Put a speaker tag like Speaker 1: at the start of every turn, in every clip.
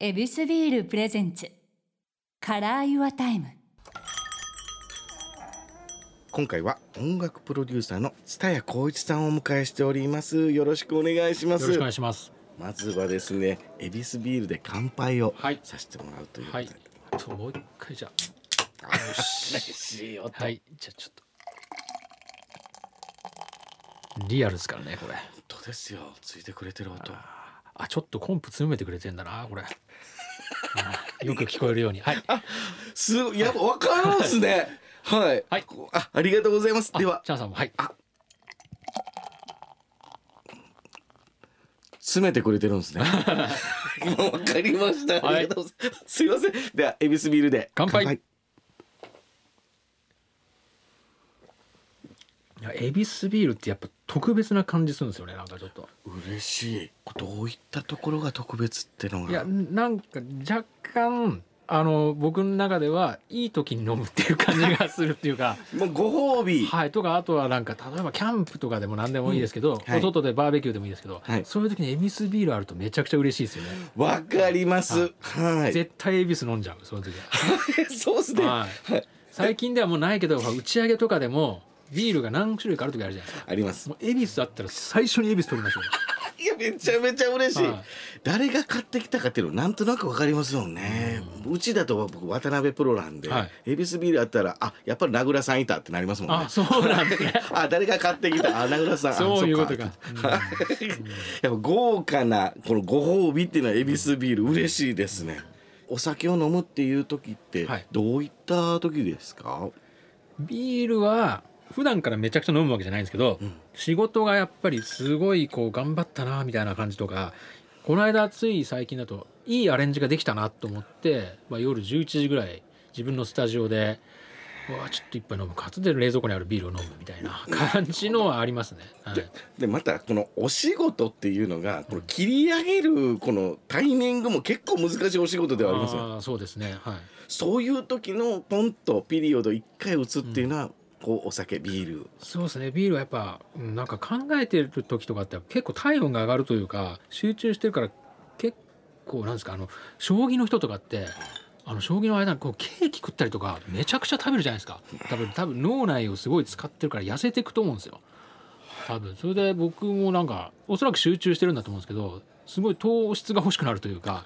Speaker 1: エビスビールプレゼンツカラーユアタイム
Speaker 2: 今回は音楽プロデューサーの蔦谷光一さんをお迎えしておりますよろしくお願いしま
Speaker 3: よろし
Speaker 2: す
Speaker 3: くお願いします。
Speaker 2: まずはですねエビスビールで乾杯を
Speaker 3: はい
Speaker 2: させてもらうということ
Speaker 3: は
Speaker 2: で、
Speaker 3: い。ちょっともう一回じゃ
Speaker 2: あ嬉しい音、
Speaker 3: あ。はい。じゃあちょっと。リアルですからね、これ。
Speaker 2: 本当ですよついてくれてる音
Speaker 3: あ、ちょっとコンプ詰めてくれてんだな、 これ。うんよく聞こえるように。はい。
Speaker 2: すごいやっぱ分かるんですねはい、
Speaker 3: はい
Speaker 2: こあありがとうございます
Speaker 3: あ
Speaker 2: では
Speaker 3: チャンさんも、はい。
Speaker 2: 詰めてくれてるん ですねわかりましたありがとうございます、すいませんではエビスビールで
Speaker 3: 乾杯いやエビスビールってやっぱ特別な感じするんですよね、なんかちょっと。
Speaker 2: 嬉しいどういったところが特別ってのが
Speaker 3: いや、なんか若干、あの、僕の中では、いい時に飲むっていう感じがするっていうか。
Speaker 2: もうご褒美
Speaker 3: はい、とかあとはなんか例えばキャンプとかでも何でもいいですけど、
Speaker 2: はい
Speaker 3: お外でバーベキューでもいいですけど、
Speaker 2: はい
Speaker 3: そういう時にエビスビールあるとめちゃくちゃ嬉しいですよね、
Speaker 2: わかりますはい
Speaker 3: 絶対エビス飲んじゃうそういう時
Speaker 2: そうですねあ
Speaker 3: は、はい最近ではもうないけど打ち上げとかでもビールが何種類かある時あるじゃないですか
Speaker 2: ります
Speaker 3: もうエビスだったら最初にエビス取りましょ
Speaker 2: いやめちゃめちゃ嬉しい、
Speaker 3: はい
Speaker 2: 誰が買ってきたかっていうのなんとなくわかりますもんね、うちだと僕渡辺プロなんで、
Speaker 3: はい
Speaker 2: エビスビールあったらあやっぱり名倉さんいたってなりますもんね
Speaker 3: あそうなんですね
Speaker 2: あ誰が買ってきたあ名倉さんあ
Speaker 3: そういうことか
Speaker 2: そっはいやっぱ豪華なこのご褒美っていうのはエビスビール嬉しいですね、お酒を飲むっていう時って
Speaker 3: はい
Speaker 2: どういった時ですか、
Speaker 3: うビールは普段からめちゃくちゃ飲むわけじゃないんですけど、
Speaker 2: うん
Speaker 3: 仕事がやっぱりすごいこう頑張ったなみたいな感じとかこの間つい最近だといいアレンジができたなと思って、まあ、夜11時ぐらい自分のスタジオでうわちょっと一杯飲むかつで冷蔵庫にあるビールを飲むみたいな感じのはありますね。はい、
Speaker 2: でまたこのお仕事っていうのがこの切り上げるこのタイミングも結構難しいお仕事ではありますよ
Speaker 3: あーそうですね、はい、
Speaker 2: そういう時のポンとピリオド1回打つっていうのは、こうお酒ビール
Speaker 3: そうですねビールはやっぱうんなんか考えてる時とかって結構体温が上がるというか集中してるから結構なんですかあの将棋の人とかってあの将棋の間にこうケーキ食ったりとかめちゃくちゃ食べるじゃないですか多分多分脳内をすごい使ってるから痩せていくと思うんですよ多分それで僕もなんかおそらく集中してるんだと思うんですけどすごい糖質が欲しくなるというか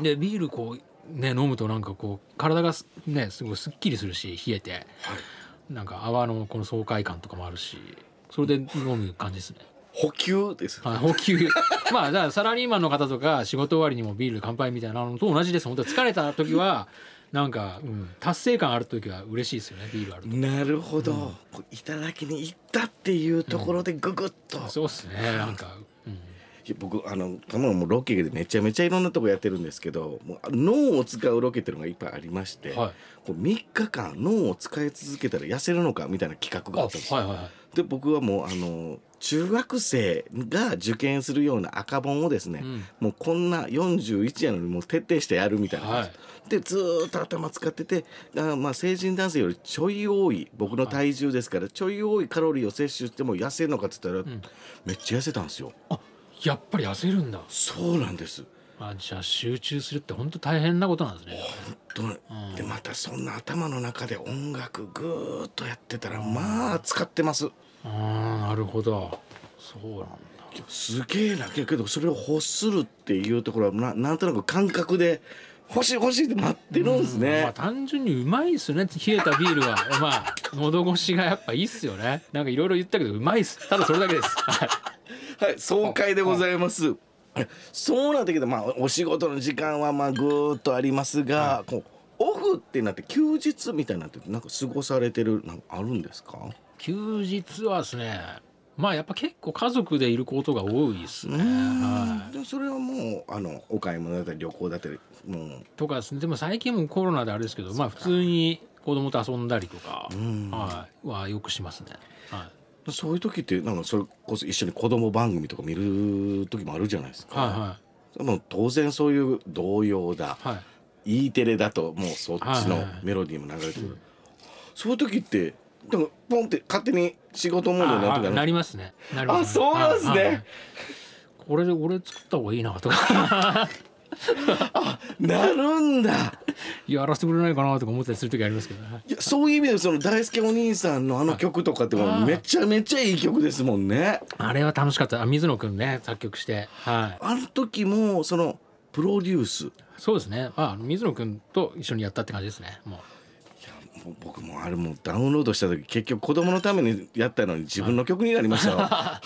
Speaker 3: でビールこうね飲むとなんかこう体がすねすごいすっきりするし冷えて、なんか泡のこの爽快感とかもあるしそれで飲む感じですね。
Speaker 2: 補給です
Speaker 3: はい、補給 まあだからサラリーマンの方とか仕事終わりにもビール乾杯みたいなのと同じです本当に疲れた時はなんか、うん、達成感ある時は嬉しいですよねビールある
Speaker 2: なるほど、こういただきに行ったっていうところでググッと、
Speaker 3: とそうっすねなんか、うん、
Speaker 2: いや僕あのたまもうロケでめちゃめちゃいろんなとこやってるんですけどもう脳を使うロケっていうのがいっぱいありまして、
Speaker 3: はい
Speaker 2: こう3日間脳を使い続けたら痩せるのかみたいな企画
Speaker 3: あ
Speaker 2: があ
Speaker 3: は
Speaker 2: ったんです
Speaker 3: いはいはい
Speaker 2: で僕はもうあの中学生が受験するような赤本をですね、
Speaker 3: うん
Speaker 2: もうこんな41やのにもう徹底してやるみたいな感じ、
Speaker 3: は
Speaker 2: でずーっと頭使っててあーまあ成人男性よりちょい多い僕の体重ですからちょい多いカロリーを摂取しても痩せるのかって言ったら、
Speaker 3: ん
Speaker 2: めっちゃ痩せたんですよ
Speaker 3: あやっぱり痩せるんだ
Speaker 2: そうなんです
Speaker 3: あじゃあ集中するって本当大変なことなんですね
Speaker 2: どうでまたそんな頭の中で音楽ぐーっとやってたらまあ使ってます
Speaker 3: あーなるほどそうなんだ
Speaker 2: すげえなけどそれを欲するっていうところはななんとなく感覚で欲しい欲しいって待ってるんです
Speaker 3: まあ
Speaker 2: ね、
Speaker 3: 単純にうまいですよね冷えたビールはまあ喉越しがやっぱいいっすよねなんかいろいろ言ったけどうまいっすただそれだけですはい
Speaker 2: はい爽快でございます、そうなんだけどまあお仕事の時間はまあぐーっとありますが、こうオフってなって休日みたいなってなんか過ごされてるなんかあるんですか
Speaker 3: 休日はですねまあやっぱ結構家族でいることが多いですね、はい、
Speaker 2: でそれはもうあのお買い物だったり旅行だったりもう
Speaker 3: とかですねでも最近もコロナであれですけどまあ普通に子供と遊んだりとか、
Speaker 2: ん
Speaker 3: はい、はよくしますね、はい、
Speaker 2: そういう時ってなんかそれこそ一緒に子供番組とか見る時もあるじゃないですか、
Speaker 3: はいは
Speaker 2: もう当然そういう童謡だ、
Speaker 3: いはい
Speaker 2: E テレだともうそっちのメロディーも流れてくる、そういう時ってでもポンって勝手に仕事モードになって
Speaker 3: あ
Speaker 2: た
Speaker 3: あ
Speaker 2: の
Speaker 3: なりますねなりますね
Speaker 2: あそうなんですね
Speaker 3: はいはいこれで俺作った方がいいなとか
Speaker 2: なるんだ
Speaker 3: やらせてくれないかなとか思ったりする時ありますけど、ね、
Speaker 2: いやそういう意味でその大輔お兄さんのあの曲とかってもうめちゃめちゃいい曲ですもんね。
Speaker 3: あれは楽しかったあ水野くんね作曲してはい
Speaker 2: あの時もそのプロデュースい
Speaker 3: そうですねまあ水野くんと一緒にやったって感じですねもう
Speaker 2: やもう僕もあれもうダウンロードした時結局子供のためにやったのに自分の曲になりました よは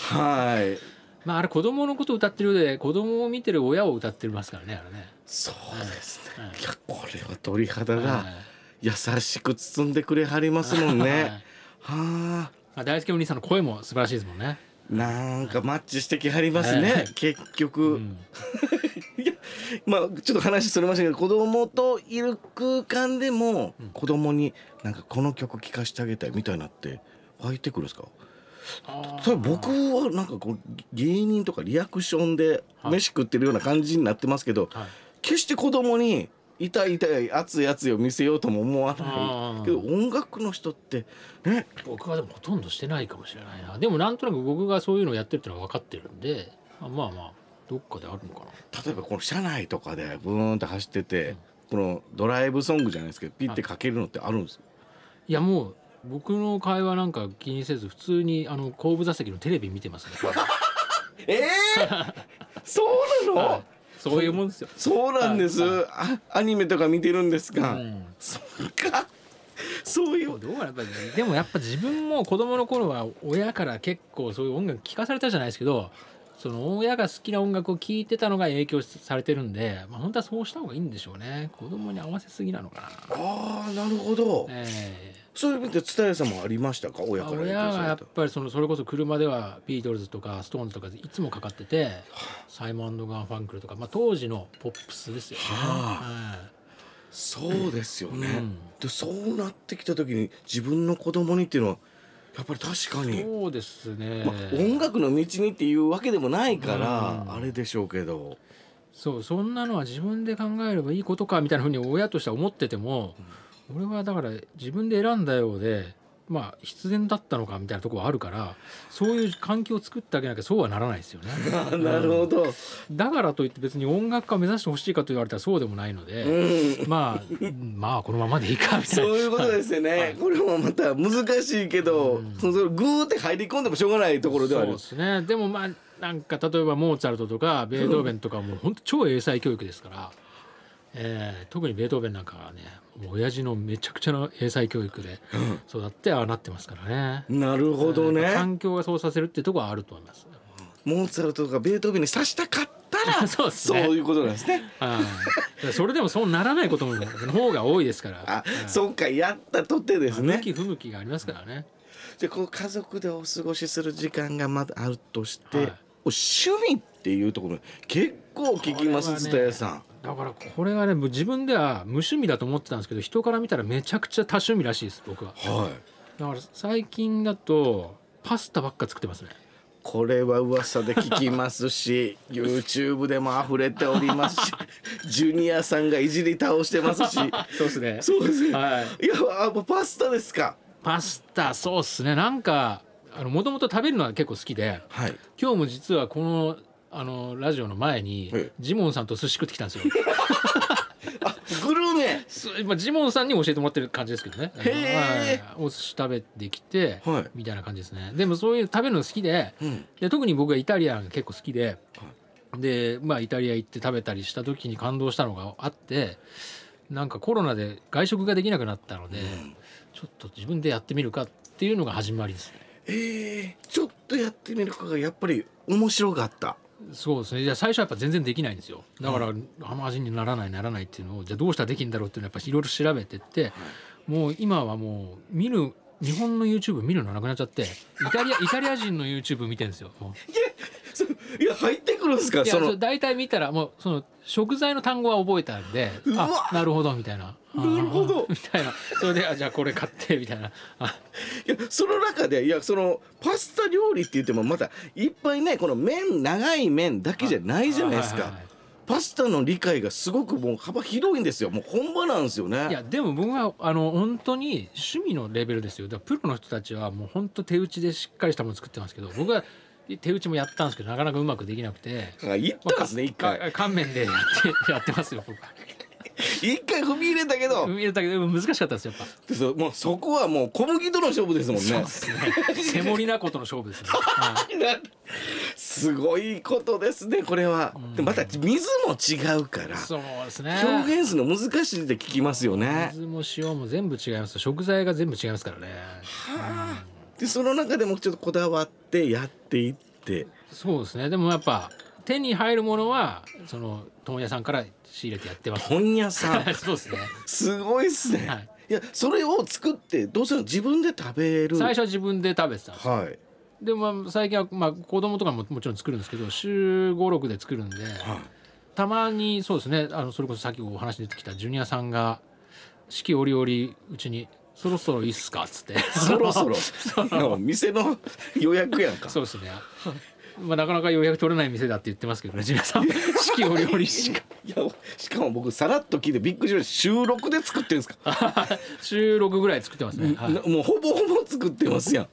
Speaker 2: い
Speaker 3: まああれ子供のことを歌ってるようで子供を見てる親を歌ってますからねあれね
Speaker 2: そうですね、
Speaker 3: はい
Speaker 2: いやこれは鳥肌
Speaker 3: は
Speaker 2: が
Speaker 3: い
Speaker 2: 優しく包んでくれはりますもんねはあ
Speaker 3: まあ大輔お兄さんの声も素晴らしいですもんね
Speaker 2: なんかマッチしてきはります
Speaker 3: は
Speaker 2: ね
Speaker 3: い
Speaker 2: 結局、
Speaker 3: うん
Speaker 2: まあちょっと話それましたけど子供といる空間でも子供になんかこの曲聴かせてあげたいみたいなって湧いてくるんですかそれ僕はなんかこう芸人とかリアクションで飯食ってるような感じになってますけど、
Speaker 3: はい
Speaker 2: 決して子供に痛い痛い熱い熱いを見せようとも思わ
Speaker 3: あ
Speaker 2: な
Speaker 3: ー
Speaker 2: いけど音楽の人ってね
Speaker 3: 僕はでもほとんどしてないかもしれないなでもなんとなく僕がそういうのをやってるってのは分かってるんであまあまあどっかであるのかな
Speaker 2: 例えばこの車内とかでブーンって走ってて、このドライブソングじゃないですけどピッてかけるのってあるんですか
Speaker 3: いやもう僕の会話なんか気にせず普通にあの後部座席のテレビ見てますね
Speaker 2: ええ そうなの、
Speaker 3: そういうもんですよ、
Speaker 2: そうなんです、
Speaker 3: は
Speaker 2: あアニメとか見てるんです
Speaker 3: う
Speaker 2: か、
Speaker 3: ん
Speaker 2: そうかそうい
Speaker 3: でも
Speaker 2: う
Speaker 3: どうやっぱりでもやっぱ自分も子供の頃は親から結構そういう音楽聞かされたじゃないですけどその親が好きな音楽を聴いてたのが影響されてるんで、まあ、本当はそうした方がいいんでしょうね子供に合わせすぎなのかな、
Speaker 2: ああなるほど、
Speaker 3: ええ
Speaker 2: そういう意味で伝えさんもありましたか親
Speaker 3: まあ
Speaker 2: から
Speaker 3: 親
Speaker 2: 影響
Speaker 3: は
Speaker 2: さ
Speaker 3: や
Speaker 2: れ
Speaker 3: ったぱりそのそれこそ車ではビートルズとかストーンズとかいつもかかっててサイモンガン・ファンクルとか、まあ、当時のポップスですよね。
Speaker 2: は
Speaker 3: ええ
Speaker 2: そうですよね、
Speaker 3: うん
Speaker 2: でそうなってきた時に自分の子供にっていうのはやっぱり確かに、
Speaker 3: そうですね、
Speaker 2: まあ、音楽の道にっていうわけでもないから、
Speaker 3: うん
Speaker 2: あれでしょうけど
Speaker 3: そうそんなのは自分で考えればいいことかみたいなふうに親としては思ってても、俺はだから自分で選んだようでまあ必然だったのかみたいなところはあるからそういう環境を作ってあげなきゃそうはならない ですよね
Speaker 2: あなるほど、
Speaker 3: だからといって別に音楽家を目指してほしいかと言われたらそうでもないので、
Speaker 2: うん
Speaker 3: まあまあこのままでいいかみた い
Speaker 2: そ
Speaker 3: な
Speaker 2: ういうことですよね、
Speaker 3: はい
Speaker 2: これもまた難しいけど、
Speaker 3: うん
Speaker 2: そのグーって入り込んでもしょうがないところではあ
Speaker 3: そう
Speaker 2: る
Speaker 3: ですねでもまあなんか例えばモーツァルトとかベートーベンとかはもう本当超英才教育ですから、えー特にベートーベンなんかはねもう親父のめちゃくちゃな英才教育で育ってああなってますからね。
Speaker 2: なるほどね、
Speaker 3: えー環境がそうさせるってとこはあると思います。
Speaker 2: モーツァルトとかベートーベンに刺したかったら
Speaker 3: そうです
Speaker 2: そう
Speaker 3: ね。
Speaker 2: いうことなんですね。
Speaker 3: はいそれでもそうならないことの方が多いですから。
Speaker 2: あ、
Speaker 3: はい
Speaker 2: そうかやったとてです
Speaker 3: 向
Speaker 2: ね。
Speaker 3: き不向きがありますからね。
Speaker 2: でこう家族でお過ごしする時間がまだあるとして、
Speaker 3: はい
Speaker 2: 趣味っていうところ結構聞きます
Speaker 3: これはね
Speaker 2: 蔦屋、さん。
Speaker 3: だからこれはねもう自分では無趣味だと思ってたんですけど人から見たらめちゃくちゃ多趣味らしいです僕は。
Speaker 2: はい。
Speaker 3: だから最近だとパスタばっか作ってますね
Speaker 2: これは噂で聞きます し YouTube でも溢れておりますしジュニアさんがいじり倒してますし
Speaker 3: そうですね
Speaker 2: そうですね、
Speaker 3: はい
Speaker 2: い、やあもうパスタですか
Speaker 3: パスタそうっすねなんかもともと食べるのは結構好きで
Speaker 2: はい
Speaker 3: 今日も実はこのあのラジオの前に
Speaker 2: ええ
Speaker 3: ジモンさんと寿司食ってきたんですよ
Speaker 2: グルメ
Speaker 3: すまあジモンさんに教えてもらってる感じですけどねあの
Speaker 2: へえ
Speaker 3: はいお寿司食べてきて、
Speaker 2: はい
Speaker 3: みたいな感じですねでもそういう食べるの好きで,、
Speaker 2: うん
Speaker 3: で特に僕はイタリアンが結構好きで、でまあイタリア行って食べたりした時に感動したのがあってなんかコロナで外食ができなくなったので、ちょっと自分でやってみるかっていうのが始まりですね
Speaker 2: えー、ちょっとやってみるかがやっぱり面白かった
Speaker 3: そうですねじゃあ最初はやっぱ全然できないんですよだから、あの味にならないならないっていうのをじゃあどうしたらできるんだろうっていうのをやっぱいろいろ調べてって、もう今はもう見る日本の YouTube 見るのなくなっちゃってイタリアイタリア人の YouTube 見てるんですよもう
Speaker 2: いや入ってくるんですか
Speaker 3: いや
Speaker 2: そ
Speaker 3: そう
Speaker 2: の
Speaker 3: 大体見たらもうその食材の単語は覚えたんで
Speaker 2: うわ
Speaker 3: あなるほどみたいな
Speaker 2: なるほど
Speaker 3: あー みたいなそれであじゃあこれ買ってみたいなあ
Speaker 2: いやその中でいやそのパスタ料理って言ってもまたいっぱいねこの麺長い麺だけじゃないじゃないです
Speaker 3: は
Speaker 2: か
Speaker 3: はは
Speaker 2: パスタの理解がすごくもう幅広いんですよもう本場なんですよね
Speaker 3: いやでも僕はあの本当に趣味のレベルですよだからプロの人たちはもう本当手打ちでしっかりしたもの作ってますけど僕は手打ちもやったんですけどなかなかうまくできなくて、
Speaker 2: あ行ったんですね一
Speaker 3: か
Speaker 2: 回
Speaker 3: 乾麺でやって やってますよ僕は
Speaker 2: 一回踏み入れたけど
Speaker 3: 海入れたけど難しかったで すよやっぱ
Speaker 2: でそうもうそこはもう小麦との勝負ですもん
Speaker 3: そう
Speaker 2: ね
Speaker 3: で。す ねセモリナことの勝負ですね、は
Speaker 2: すごいことですねこれは。でまた水も違うから
Speaker 3: い、そうですね
Speaker 2: 表現するの難しいって聞きますよね。
Speaker 3: 水も塩も全部違います食材が全部違いますからね
Speaker 2: でその中でもちょっとこだわってやっていって
Speaker 3: そうですねでもやっぱ手に入るものはその問屋さんから仕入れてやってます
Speaker 2: 本屋さん
Speaker 3: そうですね
Speaker 2: すごいっすね。
Speaker 3: はいい、
Speaker 2: やそれを作ってどうするの自分で食べる。
Speaker 3: 最初は自分で食べてたんです
Speaker 2: はい。
Speaker 3: でまあ最近はまあ子供とかももちろん作るんですけど週56で作るんで、たまにそうですねあのそれこそさっきお話に出てきたジュニアさんが四季折々うちに「そろそろいいっすか」っつって
Speaker 2: そろそろなんか店の予約やんか。
Speaker 3: そうですねまあなかなか予約取れない店だって言ってますけどねジュニアさん四季折々しか
Speaker 2: いやしかも僕さらっと聞いてびっくりしました収録で作ってるんですか、
Speaker 3: 週6ぐらい作ってますね、はい
Speaker 2: なもうほぼほぼ作ってますやん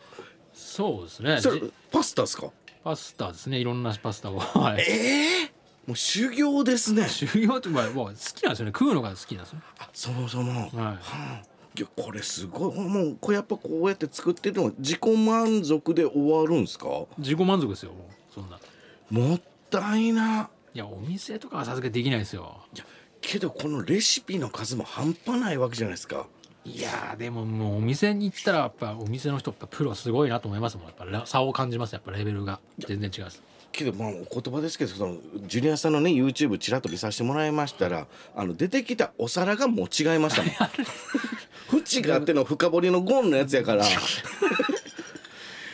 Speaker 3: そうですね
Speaker 2: それ
Speaker 3: じ
Speaker 2: パスタですか
Speaker 3: パスタですねいろんなパスタを、はい、
Speaker 2: ええもう修行ですね
Speaker 3: 修行ってまあまあ好きなんですよね食うのが好きなんですよ、
Speaker 2: あそもそも、は
Speaker 3: はい
Speaker 2: あいやこれすごいもうこれやっぱこうやって作ってるのは自己満足で終わるんですか
Speaker 3: 自己満足ですよもうそんな。
Speaker 2: もったいない
Speaker 3: やお店とかはさすがにできないですよ
Speaker 2: いやけどこのレシピの数も半端ないわけじゃないですか
Speaker 3: いやーでももうお店に行ったらやっぱお店の人やっぱプロすごいなと思いますもんやっぱら差を感じますやっぱレベルが全然違います
Speaker 2: けどまあお言葉ですけどそのジュニアさんのね YouTube ちらっと見させてもらいましたらあの出てきたお皿がもう違いま したもん縁があっての深掘りのゴンのやつや から
Speaker 3: い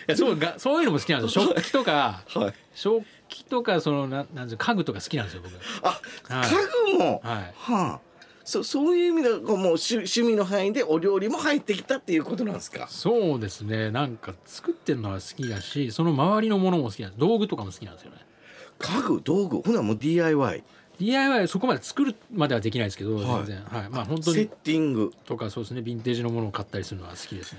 Speaker 3: やそうがそういうのも好きなんですよ食器とか、
Speaker 2: はい
Speaker 3: 食器とかそのななんですよ家具とか好きなんですよ僕
Speaker 2: あ
Speaker 3: はい
Speaker 2: 家具もは
Speaker 3: はい
Speaker 2: あそそういう意味ではこうもう趣趣味の範囲でお料理も入ってきたっていうことなんですか
Speaker 3: そうですねなんか作ってるのは好きだしその周りのものも好きなんです道具とかも好きなんですよね
Speaker 2: 家具道具ほなもう DIY
Speaker 3: DIY そこまで作るまではできないですけど
Speaker 2: はい
Speaker 3: 全然はい、まあ本
Speaker 2: セ
Speaker 3: 当
Speaker 2: ッ
Speaker 3: に
Speaker 2: ティング
Speaker 3: とかそうですねヴィンテージのものを買ったりするのは好きですね